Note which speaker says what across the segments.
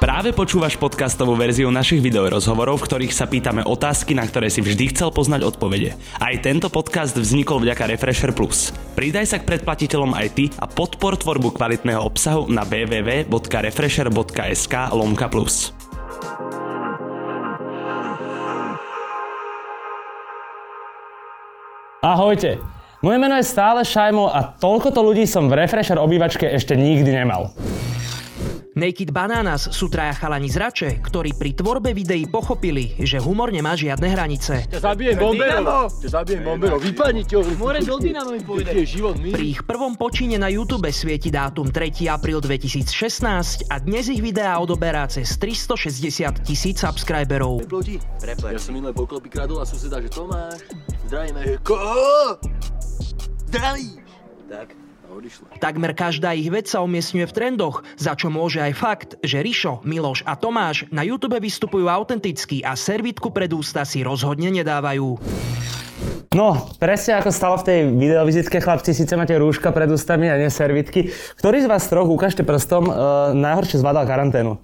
Speaker 1: Práve počúvaš podcastovú verziu našich videorozhovorov, v ktorých sa pýtame otázky, na ktoré si vždy chcel poznať odpovede. Aj tento podcast vznikol vďaka Refresher Plus. Pridaj sa k predplatiteľom aj ty a podpor tvorbu kvalitného obsahu na www.refresher.sk lomka plus.
Speaker 2: Ahojte. Moje meno je stále Šajmo a toľkoto ľudí som v Refresher obývačke ešte nikdy nemal.
Speaker 3: Naked Bananas sú traja chalani z Rače, ktorí pri tvorbe videí pochopili, že humor nemá žiadne hranice.
Speaker 4: Zabijem bomberov! Zabijem bomberov, vypadni ti More do Dynamo mi Je život my.
Speaker 3: Pri ich prvom počíne na YouTube svieti dátum 3. apríl 2016 a dnes ich videá odoberá cez 360 tisíc subscriberov.
Speaker 4: Ploti? Ja som minulé poklopy kradol a suseda, že Tomáš, zdravíme, že ko... Zdraví! Tak, a odišla.
Speaker 3: Takmer každá ich vec sa umiestňuje v trendoch, za čo môže aj fakt, že Rišo, Miloš a Tomáš na YouTube vystupujú autenticky a servitku pred ústa si rozhodne nedávajú.
Speaker 2: No, presne ako stalo v tej videovizitke, chlapci, síce máte rúška pred ústami a nie servitky. Ktorý z vás troch, ukážte prstom, e, najhoršie zvládal karanténu?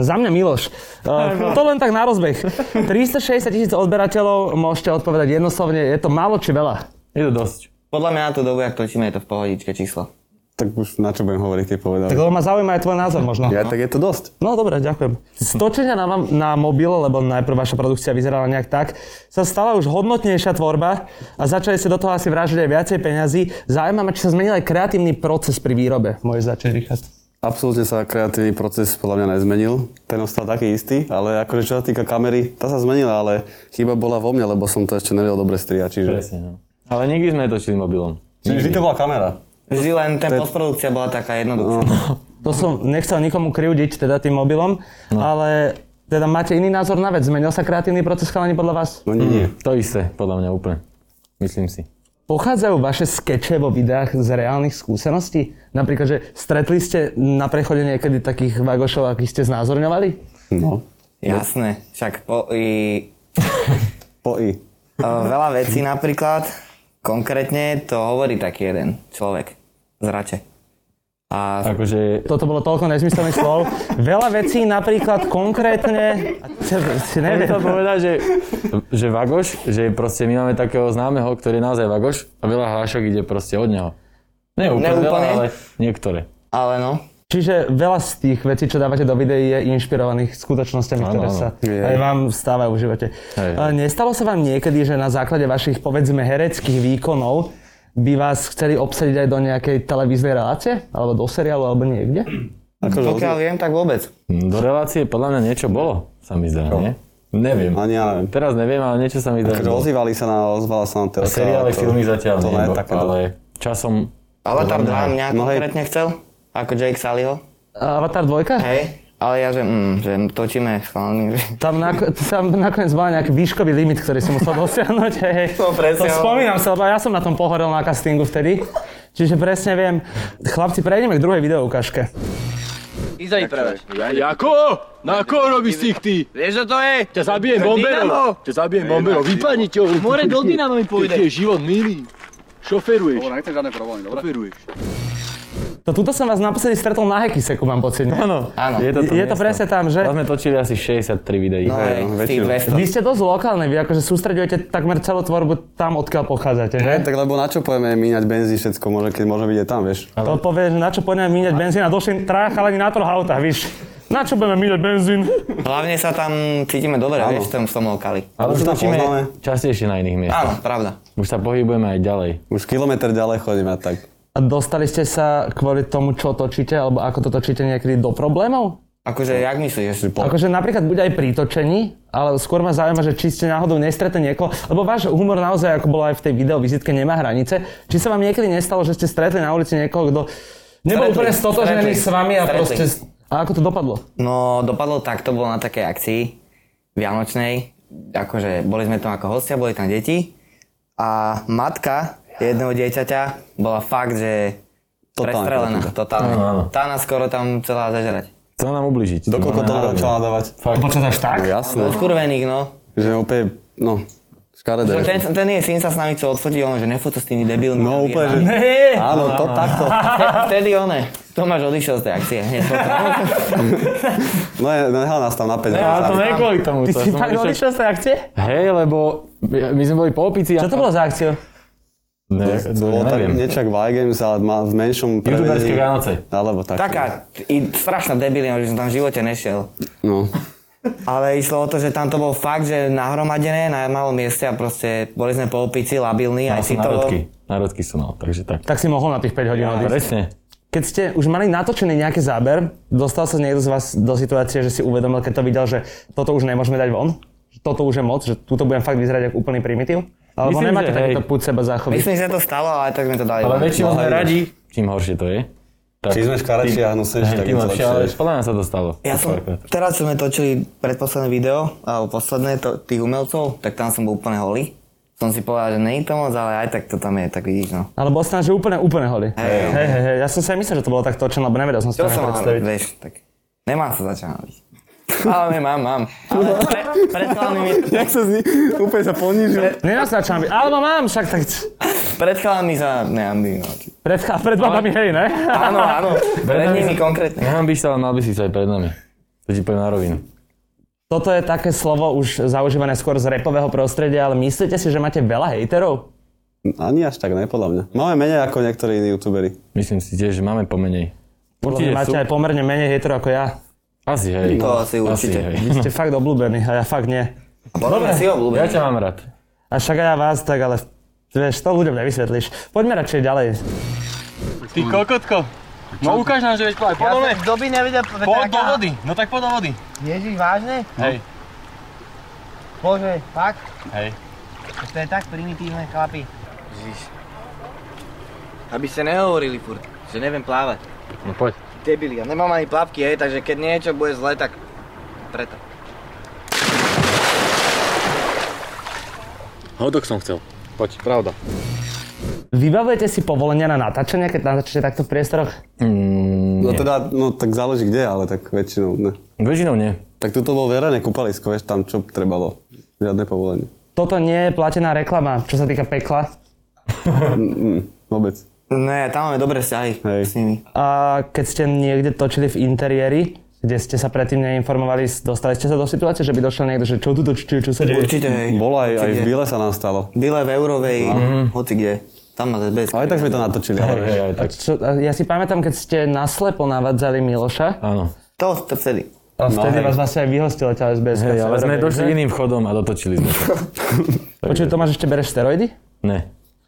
Speaker 2: Za mňa Miloš. E, to len tak na rozbeh. 360 tisíc odberateľov, môžete odpovedať jednoslovne, je to málo či veľa?
Speaker 5: Je to dosť.
Speaker 6: Podľa mňa na tú dobu, ak točíme, je to v pohodičke číslo.
Speaker 5: Tak už na čo budem hovoriť, keď povedal.
Speaker 2: Tak lebo ma zaujíma aj tvoj názor možno.
Speaker 5: Ja, tak je to dosť.
Speaker 2: No dobre, ďakujem. Stočenia na, vám- na mobil, lebo najprv vaša produkcia vyzerala nejak tak, sa stala už hodnotnejšia tvorba a začali ste do toho asi vrážiť aj viacej peňazí. Zaujímavé, či sa zmenil aj kreatívny proces pri výrobe. Môžeš začať, Richard.
Speaker 5: Absolútne sa kreatívny proces podľa mňa nezmenil. Ten ostal taký istý, ale akože čo sa týka kamery, tá sa zmenila, ale chyba bola vo mne, lebo som to ešte nevedel dobre strihať. Čiže...
Speaker 6: Presne, no. Ale nikdy sme netočili mobilom.
Speaker 5: Čiže vždy to bola kamera.
Speaker 6: Vždy len tá postprodukcia bola taká jednoduchá.
Speaker 2: To som nechcel nikomu kriudiť teda tým mobilom, ale teda máte iný názor na vec. Zmenil sa kreatívny proces chalani podľa vás?
Speaker 5: No
Speaker 7: Mm.
Speaker 5: nie, nie.
Speaker 6: To isté, podľa mňa úplne. Myslím si.
Speaker 2: Pochádzajú vaše skeče vo videách z reálnych skúseností? Napríklad, že stretli ste na prechode niekedy takých vagošov, akých ste znázorňovali?
Speaker 5: No.
Speaker 6: Jasné, však po, i,
Speaker 5: Po I.
Speaker 6: o, veľa vecí napríklad, konkrétne to hovorí taký jeden človek z Rače. A
Speaker 7: Akože,
Speaker 2: Toto bolo toľko nezmyselných slov. Veľa vecí, napríklad konkrétne... A čo- Si neviem.
Speaker 7: to povedať, že, že Vagoš, že proste my máme takého známeho, ktorý je naozaj Vagoš a veľa hlášok ide proste od neho. Ne úplne,
Speaker 6: Ne úplne.
Speaker 7: Veľa, ale niektoré.
Speaker 6: ale no,
Speaker 2: Čiže veľa z tých vecí, čo dávate do videí, je inšpirovaných skutočnosťami,
Speaker 7: Áno,
Speaker 2: ktoré
Speaker 7: áno.
Speaker 2: sa
Speaker 5: Je.
Speaker 2: aj vám vstávajú v živote.
Speaker 7: Hej.
Speaker 2: A Nestalo sa vám niekedy, že na základe vašich, povedzme, hereckých výkonov by vás chceli obsadiť aj do nejakej televíznej relácie? Alebo do seriálu, alebo niekde?
Speaker 5: Akože
Speaker 6: pokiaľ viem, tak vôbec.
Speaker 7: Hm, Do relácie podľa mňa niečo bolo, sa mi zdá, nie? Neviem.
Speaker 5: Ani ja neviem.
Speaker 7: Teraz neviem, ale niečo sa mi zdá. že
Speaker 5: Takže
Speaker 7: bolo.
Speaker 5: ozývali akože sa na, ozvala sa na telka.
Speaker 7: Seriály,
Speaker 5: to-
Speaker 7: filmy zatiaľ
Speaker 5: To
Speaker 7: nie,
Speaker 5: ne,
Speaker 7: bo-
Speaker 5: také
Speaker 7: ale časom...
Speaker 6: Avatar 2 mňa
Speaker 5: No hej.
Speaker 6: konkrétne chcel, ako Jake Sullyho.
Speaker 2: Avatar 2?
Speaker 6: Hej, ale ja že, mm, že točíme s chalami. že-
Speaker 2: Tam, nako- tam nakoniec mal nejaký výškový limit, ktorý si musel dosiahnuť. Hej, hej.
Speaker 6: To presne.
Speaker 2: spomínam sa, lebo ja som na tom pohorel na castingu vtedy. Čiže presne viem. Chlapci, prejdeme k druhej videoukážke.
Speaker 8: Iza vyprávaš.
Speaker 4: Jako? Na koho robíš si ty?
Speaker 8: Vieš, čo to je?
Speaker 4: Ťa zabijem
Speaker 8: Dynamo!
Speaker 4: bomberov! Ťa zabijem bomberov, vypadni ti
Speaker 8: More do Dynamo mi pôjde.
Speaker 4: Je život milý. Šoferuješ. Dobre, nechcem žiadne problémy, dobre? Šoferuješ.
Speaker 2: To tuto som vás naposledy stretol na Hekiseku, mám pocit. ne?
Speaker 7: Áno,
Speaker 6: Áno.
Speaker 7: je to, to,
Speaker 2: Je to
Speaker 7: miesto.
Speaker 2: presne tam, že?
Speaker 7: Tam sme točili asi 63 videí.
Speaker 6: No hej,
Speaker 5: no,
Speaker 6: z tých
Speaker 5: väčšinu.
Speaker 6: 200.
Speaker 2: Vy ste dosť lokálne, vy akože sústredujete takmer celú tvorbu tam, odkiaľ pochádzate, že?
Speaker 5: Ne, tak lebo na čo pojeme míňať benzín všetko, môže, keď môže byť aj tam, vieš.
Speaker 2: To povie, že na čo poďme míňať benzín a došli traja chalani na troch autách, víš? Na čo budeme míňať benzín?
Speaker 6: Hlavne sa tam cítime dobre,
Speaker 5: Áno.
Speaker 6: vieš, v tom, v tom lokali.
Speaker 5: Už
Speaker 7: Ale už
Speaker 5: to
Speaker 7: točíme
Speaker 5: poznáme.
Speaker 7: častejšie na iných miestach.
Speaker 6: Áno, pravda.
Speaker 7: Už sa pohybujeme aj ďalej.
Speaker 5: Už kilometr ďalej chodíme a tak.
Speaker 2: A dostali ste sa kvôli tomu, čo točíte, alebo ako to točíte niekedy do problémov?
Speaker 6: Akože, jak myslíš?
Speaker 2: Akože napríklad buď aj pri točení, ale skôr ma zaujíma, že či ste náhodou nestretli niekoho, lebo váš humor naozaj, ako bolo aj v tej videovizitke, nemá hranice. Či sa vám niekedy nestalo, že ste stretli na ulici niekoho, kto nebol
Speaker 6: Stretli,
Speaker 2: úplne stotožnený
Speaker 6: stretli,
Speaker 2: s vami a
Speaker 6: stretli.
Speaker 2: proste... A ako to dopadlo?
Speaker 6: No, dopadlo tak, to bolo na takej akcii vianočnej, akože boli sme tam ako hostia, boli tam deti a matka jedného dieťaťa bola fakt, že
Speaker 5: Totálne
Speaker 6: prestrelená, totálne.
Speaker 7: Áno, áno.
Speaker 6: Tá nás skoro tam chcela zažerať.
Speaker 7: Chcel nám ubližiť. No,
Speaker 5: Dokoľko to začala dávať? No,
Speaker 2: Počas až tak?
Speaker 5: Jasné.
Speaker 6: Bol skurveník, no.
Speaker 5: Že úplne, no, škaredé.
Speaker 6: Že Ten, ten jej syn sa s nami chcel odsúdiť, on že nefoto s tými debilmi.
Speaker 5: No úplne, že...
Speaker 2: Nie,
Speaker 5: Áno, to takto.
Speaker 6: Vtedy one. Tomáš odišiel z tej akcie. Hneď potom.
Speaker 5: No je, nehal nás tam na 5
Speaker 7: Ale to nie kvôli tomu.
Speaker 2: Ty
Speaker 7: to
Speaker 2: si
Speaker 7: som
Speaker 2: fakt
Speaker 7: išiel-
Speaker 2: odišiel z tej akcie?
Speaker 7: Hej, lebo my sme boli po opici.
Speaker 2: Čo to bolo za akciu?
Speaker 7: Ne,
Speaker 5: Bolo
Speaker 7: to
Speaker 5: tak
Speaker 7: neviem.
Speaker 5: niečak Y Games, ale má v menšom
Speaker 7: Youtuberské
Speaker 5: prevedení.
Speaker 7: Vianoce.
Speaker 5: Alebo tak.
Speaker 6: Taká i strašná debilina, že som tam v živote nešiel.
Speaker 5: No.
Speaker 6: Ale išlo o to, že tam to bol fakt, že nahromadené na malom mieste a proste boli sme po opici, labilní, aj
Speaker 7: Mal
Speaker 6: si to
Speaker 7: som
Speaker 6: bol.
Speaker 7: národky. Národky som mal, takže tak.
Speaker 2: Tak si mohol na tých 5 hodín odísť.
Speaker 7: Presne.
Speaker 2: Keď ste už mali natočený nejaký záber, dostal sa niekto z vás do situácie, že si uvedomil, keď to videl, že toto už nemôžeme dať von? Že toto už je moc, že túto budem fakt vyzerať ako úplný primitív? Alebo
Speaker 7: Myslím,
Speaker 2: nemáte
Speaker 7: že
Speaker 2: takýto
Speaker 7: hej.
Speaker 2: púd seba záchovy?
Speaker 6: Myslím, že sa to stalo, ale tak sme to dali. No,
Speaker 7: Ale väčšinou sme
Speaker 5: hej.
Speaker 7: radi, čím horšie to je. Tak,
Speaker 5: Či sme škareči a hnusnejší,
Speaker 7: hej,
Speaker 5: tak je
Speaker 7: tým
Speaker 5: to
Speaker 7: lepšie, ale
Speaker 5: lepšie.
Speaker 7: podľa mňa sa to stalo.
Speaker 6: Ja som, teraz sme točili predposledné video, alebo posledné to, tých umelcov, tak tam som bol úplne holý. Som si povedal, že nie je to moc, ale aj tak to tam je, tak vidíš no.
Speaker 2: Alebo ostan, že úplne, úplne holý.
Speaker 6: Hej,
Speaker 2: Hej, hej, hej, ja som si aj myslel, že to bolo tak točené, lebo nevedel som si
Speaker 6: To
Speaker 2: to ani
Speaker 6: som mal,
Speaker 2: predstaviť.
Speaker 6: vieš, tak nemá sa začať Ale nemám, mám. Ale pre, pred chalami,
Speaker 5: Jak sa z nich úplne sa ponížil.
Speaker 2: Nenaznačám, by- alebo mám, však tak...
Speaker 6: pred chalami sa neambí. No.
Speaker 2: Pred, a pred babami, hej, ne?
Speaker 6: Áno, áno, pred nimi konkrétne.
Speaker 7: Nechám byš sa, ale mal by si sa aj pred nami. To ti poviem na rovinu.
Speaker 2: Toto je také slovo už zaužívané skôr z repového prostredia, ale myslíte si, že máte veľa hejterov?
Speaker 5: Ani až tak, ne, podľa mňa. Máme menej ako niektorí iní youtuberi.
Speaker 7: Myslím si tiež, že máme pomenej.
Speaker 2: Podľa mňa
Speaker 7: Určite
Speaker 2: máte
Speaker 7: sú.
Speaker 2: aj pomerne menej hejterov ako ja.
Speaker 7: Asi, hej.
Speaker 6: To asi určite.
Speaker 7: hej.
Speaker 2: Vy ste fakt obľúbení a ja fakt nie.
Speaker 6: A potom si
Speaker 7: Ja
Speaker 6: obľúbený.
Speaker 7: ťa mám rád.
Speaker 2: A však aj ja vás tak, ale vieš, to ľuďom nevysvetlíš. Poďme radšej ďalej.
Speaker 4: Ty kokotko. No ukáž nám, že veď aj po dole.
Speaker 8: Kto by nevedel povedať?
Speaker 4: Poď do vody. No tak poď do vody.
Speaker 8: Ježiš, vážne?
Speaker 4: Hej.
Speaker 8: Bože, fakt?
Speaker 4: Hej.
Speaker 8: To je tak primitívne, chlapi. Ježiš. Aby ste nehovorili furt, že neviem plávať.
Speaker 7: No poď.
Speaker 8: Debili, ja nemám ani plavky, hej, takže keď niečo bude zle, tak preto.
Speaker 7: Hodok som chcel. Poď, pravda.
Speaker 2: Vybavujete si povolenia na natáčanie, keď natáčate takto v priestoroch?
Speaker 5: No teda, no tak záleží kde, ale tak väčšinou ne.
Speaker 7: Väčšinou nie.
Speaker 5: Tak tu to bolo verejné kúpalisko, vieš, tam čo trebalo. Žiadne povolenie.
Speaker 2: Toto nie je platená reklama, čo sa týka pekla.
Speaker 5: Vôbec.
Speaker 6: Ne, tam máme dobré vzťahy
Speaker 5: Hej.
Speaker 6: s nimi.
Speaker 2: A keď ste niekde točili v interiéri, kde ste sa predtým neinformovali, dostali ste sa do situácie, že by došiel niekto, že čo tu točíte, čo sa deje?
Speaker 6: Určite, hej.
Speaker 5: Bolo aj, aj v
Speaker 6: Určite.
Speaker 5: Bile sa nám stalo.
Speaker 6: Bile v Eurovej, hoci kde. Tam ma bez.
Speaker 5: Aj tak sme to natočili.
Speaker 7: Hej, hej, aj
Speaker 2: A
Speaker 7: tak.
Speaker 2: čo, a ja si pamätám, keď ste naslepo navádzali Miloša
Speaker 7: Áno.
Speaker 6: To, to vtedy.
Speaker 2: a vtedy
Speaker 5: hej.
Speaker 2: vás vlastne aj vyhostila ťa SBS.
Speaker 7: No, Hej, ale sme došli iným vchodom a dotočili sme to.
Speaker 2: Počuj, Tomáš, ešte bereš steroidy?
Speaker 7: Ne.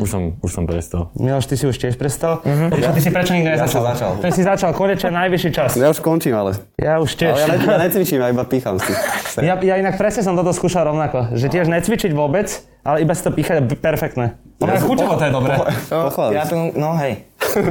Speaker 7: Už som, už som prestal.
Speaker 2: Miloš, ty si už tiež prestal. Prečo ty si prečo nikto
Speaker 5: Ja
Speaker 2: nezačal?
Speaker 5: som začal.
Speaker 2: Ty si začal, konečne najvyšší čas.
Speaker 5: Ja už končím, ale.
Speaker 2: Ja už tiež.
Speaker 5: Ale ja, ne, ja necvičím, ja iba pýcham si.
Speaker 2: Ja, ja inak presne som toto skúšal rovnako, že tiež necvičiť vôbec, ale iba si to píchať a b- perfektné. Ale
Speaker 5: Ja som-
Speaker 2: chuťovo to je dobré.
Speaker 5: Pochválim.
Speaker 6: Ja tu, no hej.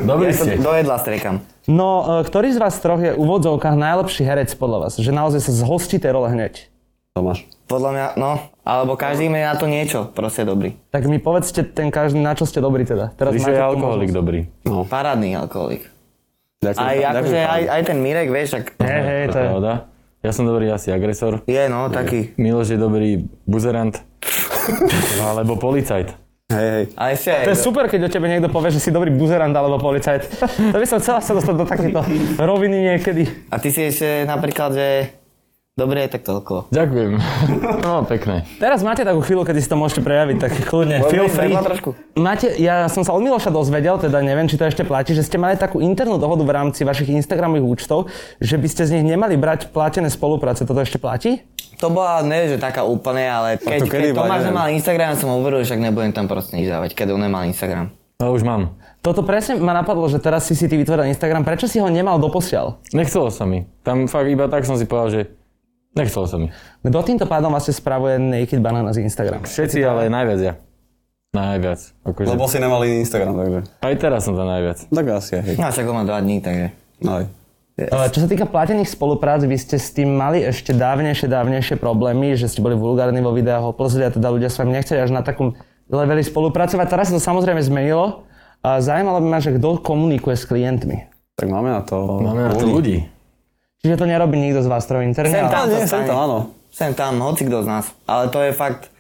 Speaker 7: Dobrý
Speaker 6: Ja to
Speaker 7: ste.
Speaker 6: do jedla striekam.
Speaker 2: No, e, ktorý z vás troch je v úvodzovkách najlepší herec podľa vás? Že naozaj sa zhostí tej role hneď.
Speaker 5: Tomáš.
Speaker 6: Podľa mňa, no. Alebo každý má na to niečo, proste dobrý.
Speaker 2: Tak mi povedzte ten každý, na čo ste dobrý teda. Teraz
Speaker 7: Ríšo
Speaker 2: máte
Speaker 7: je
Speaker 2: tú
Speaker 7: alkoholik
Speaker 2: možnosť.
Speaker 7: dobrý.
Speaker 6: Parádny alkoholik.
Speaker 5: No, Ďakujem.
Speaker 6: Aj,
Speaker 5: Ďakujem,
Speaker 6: akože,
Speaker 5: chalani.
Speaker 6: aj, aj ten Mirek, vieš, tak
Speaker 2: Hej, hej, to je.
Speaker 7: Pravda. Ja som dobrý asi agresor.
Speaker 6: je no, taký.
Speaker 7: Miloš je dobrý buzerant. No, Alebo policajt.
Speaker 5: Hej, hej.
Speaker 6: A ešte aj,
Speaker 2: To je super, keď o tebe niekto povie, že si dobrý buzerant alebo policajt. To by som chcela sa dostať do takéto roviny niekedy.
Speaker 6: a ty si ešte napríklad, že dobrý je tak toľko.
Speaker 7: Ďakujem. No, pekné.
Speaker 2: Teraz máte takú chvíľu, kedy si to môžete prejaviť, tak kľudne, feel free.
Speaker 6: Vedľa trošku.
Speaker 2: Máte, ja som sa od Miloša dozvedel, teda neviem, či to ešte platí, že ste mali takú internú dohodu v rámci vašich Instagramových účtov, že by ste z nich nemali brať platené spolupráce. Toto ešte platí?
Speaker 6: To bola, ne, že taká úplne, ale keď,
Speaker 5: to
Speaker 6: keď
Speaker 5: kedy bola,
Speaker 6: Tomáš
Speaker 5: neviem.
Speaker 6: nemal Instagram, som mu hovoril, že však nebudem tam proste nič dávať, keď on nemal Instagram.
Speaker 7: No už mám.
Speaker 2: Toto presne ma napadlo, že teraz si si ty vytvoril Instagram. Prečo si ho nemal doposiaľ?
Speaker 7: Nechcelo sa mi. Tam fakt iba tak som si povedal, že nechcelo sa mi.
Speaker 2: Kto týmto pádom vlastne spravuje Naked Banana z Instagram?
Speaker 7: Všetci, ale najviac ja. Najviac. Akože,
Speaker 5: Lebo si nemal iný Instagram, takže.
Speaker 7: Aj teraz som tam najviac.
Speaker 5: Tak asi, hej.
Speaker 6: No
Speaker 5: No
Speaker 6: a však on má dva dní, takže.
Speaker 5: Aj.
Speaker 2: Ale Eh, Čo sa týka platených spoluprác, vy ste s tým mali ešte dávnejšie, dávnejšie problémy, že ste boli vulgárni vo videách o plzli a teda ľudia s vami nechceli až na takom leveli spolupracovať. Teraz sa to samozrejme zmenilo. A zaujímalo by ma, že kto komunikuje s klientmi.
Speaker 5: Tak máme na to.
Speaker 7: Máme na to ľudí.
Speaker 2: Čiže to nerobí nikto z vás troch interne.
Speaker 6: Sem
Speaker 2: ale-
Speaker 6: tam, sa
Speaker 5: nie, sem
Speaker 6: stane.
Speaker 5: tam, áno.
Speaker 6: Sem tam, hoci kto z nás. Ale to je fakt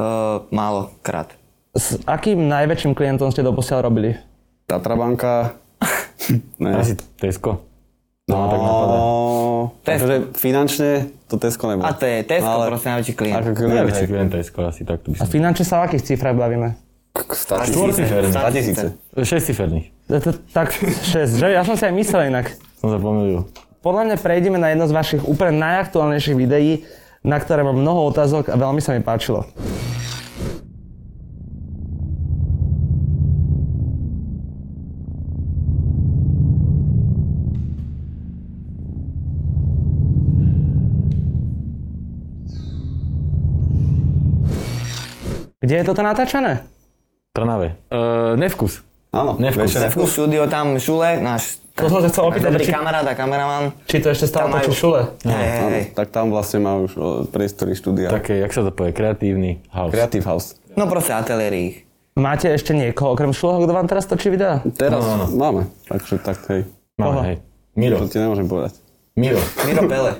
Speaker 6: uh, málo krát.
Speaker 2: S akým najväčším klientom ste doposiaľ robili?
Speaker 5: Tatrabanka, Ne.
Speaker 7: Asi Tesco.
Speaker 5: no,
Speaker 7: tak napadá.
Speaker 6: Tesco.
Speaker 5: Akože finančne to Tesco nebolo.
Speaker 6: A to je Tesco,
Speaker 5: Ale-
Speaker 6: proste najväčší klient.
Speaker 5: Ako klient,
Speaker 7: Najväčší
Speaker 5: hej.
Speaker 7: klient Tesco asi takto by
Speaker 2: A
Speaker 7: som...
Speaker 2: finančne sa o akých cifrách bavíme?
Speaker 5: Stá
Speaker 6: A
Speaker 5: tisíce.
Speaker 6: štvorciferný.
Speaker 5: Stá tisíce.
Speaker 7: Šestiferný.
Speaker 2: E, to- Tak 6, že? Ja som si aj myslel inak.
Speaker 7: Som sa pomýlil.
Speaker 2: Podľa mňa prejdeme na jedno z vašich úplne najaktuálnejších videí, na ktoré mám mnoho otázok a veľmi sa mi páčilo. Kde je toto natáčané?
Speaker 7: Trnave. Uh, nevkus.
Speaker 5: Áno,
Speaker 7: Nevkus.
Speaker 5: večer
Speaker 6: Nevkus štúdio tam Šule, náš
Speaker 2: To som sa chcel opýtať,
Speaker 6: dobrý
Speaker 2: či-
Speaker 6: kamarát a kameraman.
Speaker 2: Či to ešte stále
Speaker 6: Tam majú-
Speaker 2: točí šule?
Speaker 6: Hej, hej,
Speaker 5: Áno,
Speaker 6: hej.
Speaker 5: tak tam vlastne má už o, priestory štúdia.
Speaker 7: Také, jak sa to povie, kreatívny house.
Speaker 5: Creative House.
Speaker 6: No proste ateliéri ich.
Speaker 2: Máte ešte niekoho okrem šulho, kto vám teraz točí videá?
Speaker 5: Teraz máme, takže tak hej.
Speaker 7: Máme,
Speaker 2: Aha.
Speaker 7: No, hej. Miro.
Speaker 5: To ti nemôžem povedať.
Speaker 7: Miro.
Speaker 6: Miro Pele.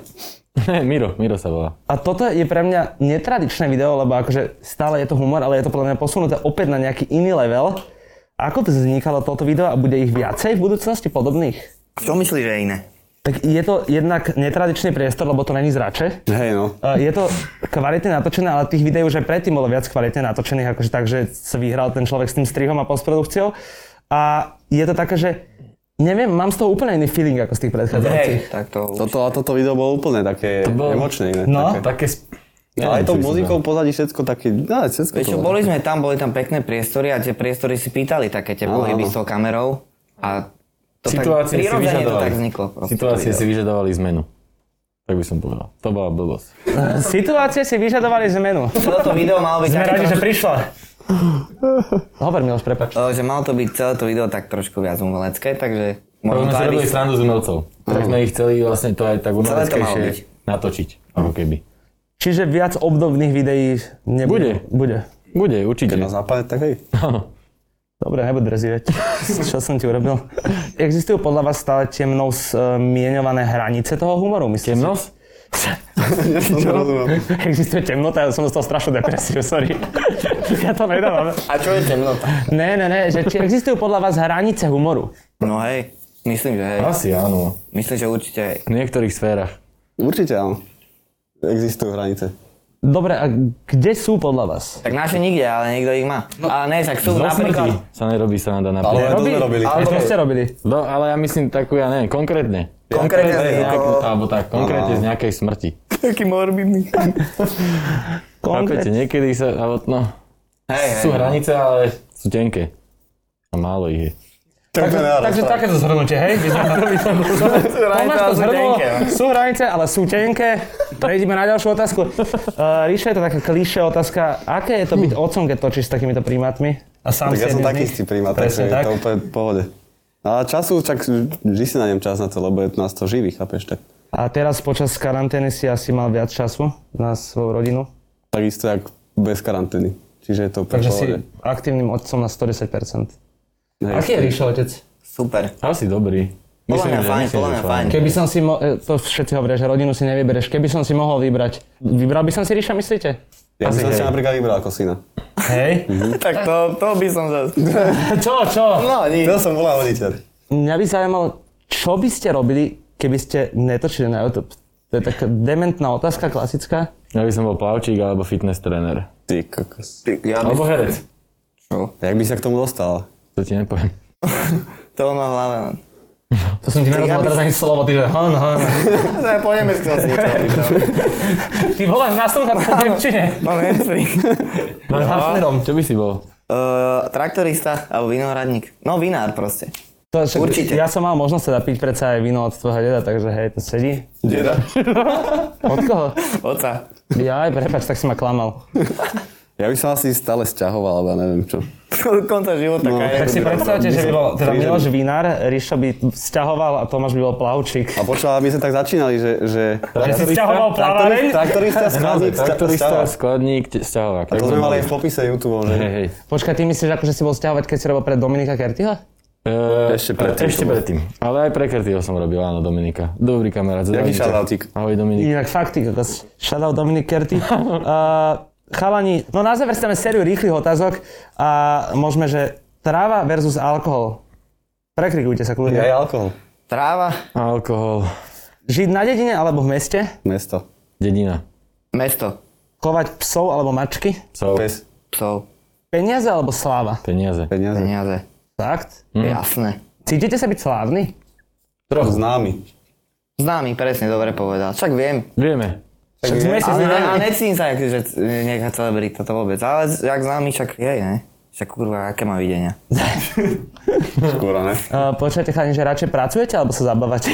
Speaker 7: Miro, Miro sa volá.
Speaker 2: A toto je pre mňa netradičné video, lebo akože stále je to humor, ale je to podľa mňa posunuté opäť na nejaký iný level. Ako to vznikalo toto video a bude ich viacej v budúcnosti podobných?
Speaker 6: Čo myslíš, že je iné?
Speaker 2: Tak je to jednak netradičný priestor, lebo to není zrače.
Speaker 5: Hej no,
Speaker 2: A Je to kvalitne natočené, ale tých videí už aj predtým bolo viac kvalitne natočených, akože tak, že sa vyhral ten človek s tým strihom a postprodukciou. A je to také, že neviem, mám z toho úplne iný feeling ako z tých predchádzajúcich.
Speaker 6: Hej, tak to...
Speaker 5: toto, a toto video bolo úplne také
Speaker 7: To bolo-
Speaker 5: emočné iné.
Speaker 2: No.
Speaker 5: také.
Speaker 7: Také... Sp-
Speaker 5: Ale No, aj
Speaker 7: Neviem,
Speaker 5: tou
Speaker 7: čo by som
Speaker 5: muzikou
Speaker 7: povedal.
Speaker 5: pozadí všetko také, no, aj všetko
Speaker 6: Vieš čo,
Speaker 5: bolo
Speaker 6: boli sme tam, boli tam pekné priestory a tie priestory si pýtali také tie
Speaker 5: Áno,
Speaker 6: pohyby
Speaker 5: áno.
Speaker 6: s tou kamerou a to
Speaker 7: Situácie
Speaker 6: tak,
Speaker 7: si
Speaker 6: prirodzene to
Speaker 7: vyžadovali.
Speaker 6: tak vzniklo. proste
Speaker 7: Situácie
Speaker 6: to
Speaker 7: si
Speaker 6: video.
Speaker 7: vyžadovali zmenu. Tak by som povedal. To bola blbosť.
Speaker 2: Situácie si vyžadovali zmenu.
Speaker 6: Toto video malo byť
Speaker 2: Sme
Speaker 6: tak
Speaker 2: radi, že
Speaker 6: trošku-
Speaker 2: prišla. Hovor, Miloš, prepač.
Speaker 6: Eh, že malo to byť celé to video tak trošku viac umelecké, takže
Speaker 7: Lebo
Speaker 6: možno to
Speaker 7: sme si
Speaker 6: No, aj by...
Speaker 7: robili srandu z umelcov. Tak sme ich chceli vlastne to aj
Speaker 6: Celé
Speaker 7: tak
Speaker 6: to malo
Speaker 7: umeleckejšie
Speaker 6: byť.
Speaker 7: natočiť. Ako keby.
Speaker 2: Čiže viac obdobných videí nebude.
Speaker 7: Bude.
Speaker 2: Bude.
Speaker 7: Bude, určite.
Speaker 5: Keď na západe, no, tak hej.
Speaker 7: Áno.
Speaker 2: Dobre, nebud rezivieť. Čo som ti urobil? Existujú podľa vás stále temnou zmienované hranice toho humoru? Myslíte?
Speaker 7: Temnosť?
Speaker 5: Ja som to rozumel.
Speaker 2: Existuje temnota, ja som z toho strašnú depresiu, sorry. ja to nedávam.
Speaker 6: A čo je temnota?
Speaker 2: Ne, ne, ne, že či existujú podľa vás hranice humoru?
Speaker 6: No hej, myslím, že hej.
Speaker 7: Asi áno.
Speaker 6: Myslím, že určite hej.
Speaker 7: V niektorých sférach.
Speaker 5: Určite áno. Existujú hranice.
Speaker 2: Dobre, a kde sú podľa vás?
Speaker 6: Tak naše nikde, ale niekto ich má. ale ne, však sú
Speaker 7: No, Zo smrti
Speaker 6: napríklad...
Speaker 7: sa nerobí sranda
Speaker 5: Ale aj
Speaker 7: napríklad.
Speaker 5: to sme robili.
Speaker 2: Ale čo ste robili?
Speaker 7: No, ale ja myslím takú, ja neviem, konkrétne.
Speaker 6: Konkrétne z
Speaker 7: Nejak,
Speaker 6: niekoho...
Speaker 7: alebo tak,
Speaker 5: No.
Speaker 7: konkrétne z nejakej smrti.
Speaker 6: Taký morbidný.
Speaker 7: Chápete, niekedy sa, alebo no,
Speaker 6: Hej, hej.
Speaker 7: sú
Speaker 5: no.
Speaker 7: hranice, ale sú tenké. A málo ich je.
Speaker 5: Tak,
Speaker 2: Takže takéto zhrnutie, hej? Vy sme Tomáš to
Speaker 6: sú
Speaker 2: zhrnul,
Speaker 6: tenké, no.
Speaker 2: sú hranice, ale sú tenké. Prejdime na ďalšiu otázku. Uh, Ríša, je to taká klišé otázka. Aké je to byť otcom, keď točíš s takýmito primátmi? A sám
Speaker 5: tak ja
Speaker 2: si
Speaker 5: som
Speaker 2: jedným z
Speaker 5: taký
Speaker 2: nich?
Speaker 5: istý príjma,
Speaker 2: Presne
Speaker 5: takže je
Speaker 2: tak.
Speaker 5: to úplne v pohode. A času, čak vždy si na ňom čas na to, lebo je nás to živý, chápeš, tak.
Speaker 2: A teraz počas karantény si asi mal viac času na svoju rodinu.
Speaker 5: Takisto jak bez karantény. Čiže je to úplne v
Speaker 2: Takže si
Speaker 5: pohode.
Speaker 2: aktívnym otcom na 110%.
Speaker 5: Hej.
Speaker 2: Aký je Ríšo otec?
Speaker 6: Super.
Speaker 7: Asi dobrý.
Speaker 6: Podľa mňa fajn, podľa mňa fajn.
Speaker 2: Keby som si mo- e, to všetci hovoria, že rodinu si nevybereš. Keby som si mohol vybrať, vybral by som si Ríša, myslíte?
Speaker 5: Ja by som
Speaker 7: hej.
Speaker 5: si napríklad vybral ako syna.
Speaker 2: Hej.
Speaker 6: Tak to, to by som zase...
Speaker 2: čo, čo?
Speaker 6: No, nič.
Speaker 5: To som volal hoditeľ.
Speaker 2: Mňa by zaujímalo, čo by ste robili, keby ste netočili na YouTube? To je taká dementná otázka, klasická.
Speaker 7: Ja by som bol plavčík alebo fitness tréner.
Speaker 5: Ty kokos.
Speaker 6: Ja by...
Speaker 7: Alebo herec.
Speaker 5: Jak by sa k tomu dostal?
Speaker 7: To ti nepoviem.
Speaker 6: To má no. hlava.
Speaker 2: To som ti nerozumel teraz ani slovo, ty že hon, hon.
Speaker 6: Zaj, pôjdeme s tým. no.
Speaker 2: Ty voláš na slúchadka v Nemčine.
Speaker 6: Mám hamstring.
Speaker 7: Čo by si bol?
Speaker 6: Uh, No, e, traktorista alebo vinohradník. No, vinár proste.
Speaker 2: To, však,
Speaker 6: Určite.
Speaker 2: Ja som mal možnosť teda piť predsa aj víno od tvojho deda, takže hej, to sedí.
Speaker 5: Deda?
Speaker 2: Od koho?
Speaker 6: Oca.
Speaker 2: Ja aj prepač, tak si ma klamal.
Speaker 5: Ja by som asi stále sťahoval, alebo ja neviem čo.
Speaker 6: Do konca života no,
Speaker 2: Tak si predstavte, že by bol teda Miloš Vinár, Ríšo by sťahoval a Tomáš by bol plavčík.
Speaker 5: A počúval, my sme tak začínali, že... že
Speaker 2: Že si sťahoval plaváreň?
Speaker 5: traktorista, skladník, sťa-
Speaker 7: Traktorista,
Speaker 5: sťahova.
Speaker 7: skladník, te- sťahovák.
Speaker 5: A to sme mali aj v popise YouTube, že?
Speaker 7: Hej, hej.
Speaker 2: Počkaj, ty myslíš, akože si bol sťahovať, keď si robil pre Dominika Kertyho?
Speaker 7: E,
Speaker 5: Ešte predtým
Speaker 7: Ešte
Speaker 5: to bolo.
Speaker 7: predtým. Ale aj pre Kertyho som robil, áno, Dominika. Dobrý kamarát. zdravím ťa.
Speaker 5: shoutoutík.
Speaker 7: Ahoj, Dominik.
Speaker 2: Inak fakt, ty kokos. Shoutout Dominik Kerty. Uh, chalani, no na záver si dáme sériu rýchlych otázok a môžeme, že tráva versus alkohol. Preklikujte sa
Speaker 5: Je
Speaker 2: kľudne.
Speaker 5: aj alkohol.
Speaker 6: Tráva,
Speaker 7: Alkohol.
Speaker 2: Žiť na dedine alebo v meste?
Speaker 5: Mesto.
Speaker 7: Dedina.
Speaker 6: mesto,
Speaker 2: Chovať psov alebo mačky?
Speaker 7: Psov.
Speaker 5: Pes.
Speaker 6: psov,
Speaker 2: Peniaze alebo sláva?
Speaker 7: Peniaze.
Speaker 5: Peniaze.
Speaker 6: peniaze.
Speaker 2: Fakt?
Speaker 6: Jasné.
Speaker 2: Cítite sa byť slávny?
Speaker 5: Trochu známy.
Speaker 6: Známy, presne, dobre povedal. Však viem.
Speaker 7: Vieme.
Speaker 2: Však sme si
Speaker 6: Ale
Speaker 2: zvedali.
Speaker 6: ja necítim sa, že nejaká celebrita to vôbec. Ale z- jak známy, však je, ne? Však kurva, aké má videnia.
Speaker 5: Skôr, ne?
Speaker 2: Uh, počujete, chalani, že radšej pracujete alebo sa zabávate?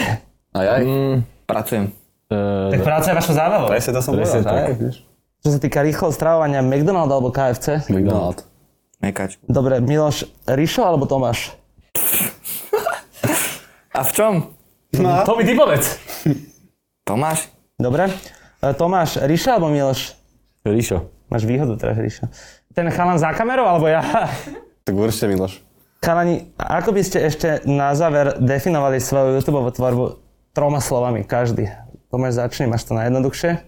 Speaker 5: Aj aj.
Speaker 6: Pracujem.
Speaker 7: e,
Speaker 2: Tak práca je vašou zábavou.
Speaker 5: Presne Mm, to som
Speaker 7: Presne
Speaker 5: povedal.
Speaker 7: tak.
Speaker 5: Aj, vieš.
Speaker 2: Čo sa týka rýchleho stravovania McDonald's alebo KFC?
Speaker 5: McDonald.
Speaker 6: Mekačku.
Speaker 2: Dobre, Miloš, Rišo alebo Tomáš?
Speaker 6: A v čom?
Speaker 2: To mi No. ty povedz.
Speaker 6: Tomáš?
Speaker 2: Dobre. E, Tomáš, Ríša alebo Miloš?
Speaker 7: Ríšo.
Speaker 2: Máš výhodu teraz, Ríša. Ten chalan za kamerou, alebo ja?
Speaker 5: Tak určite Miloš.
Speaker 2: Chalani, ako by ste ešte na záver definovali svoju YouTube tvorbu troma slovami, každý? Tomáš, začni, máš to najjednoduchšie.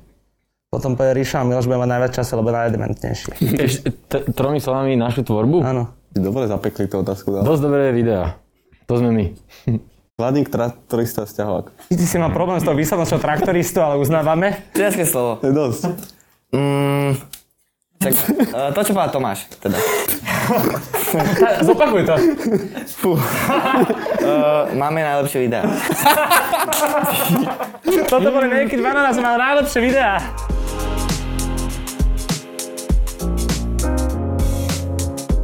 Speaker 2: Potom povie Ríša a Miloš bude mať najviac času, lebo je najdementnejší.
Speaker 7: Ešte t- tromi slovami našu tvorbu.
Speaker 2: Áno.
Speaker 5: Dobre zapekli tú otázku. Dal.
Speaker 7: Dosť dobré videá. To sme my.
Speaker 5: Hladník traktorista vzťahovák.
Speaker 2: Ty si mal problém s tou výsadnosťou traktoristu, ale uznávame.
Speaker 6: České slovo.
Speaker 5: To je dosť.
Speaker 6: Mm, tak, e, to, čo povedal Tomáš, teda.
Speaker 2: Zopakuj to.
Speaker 6: E, Máme najlepšie videá.
Speaker 2: Toto boli Naked Banana, som mal najlepšie videá.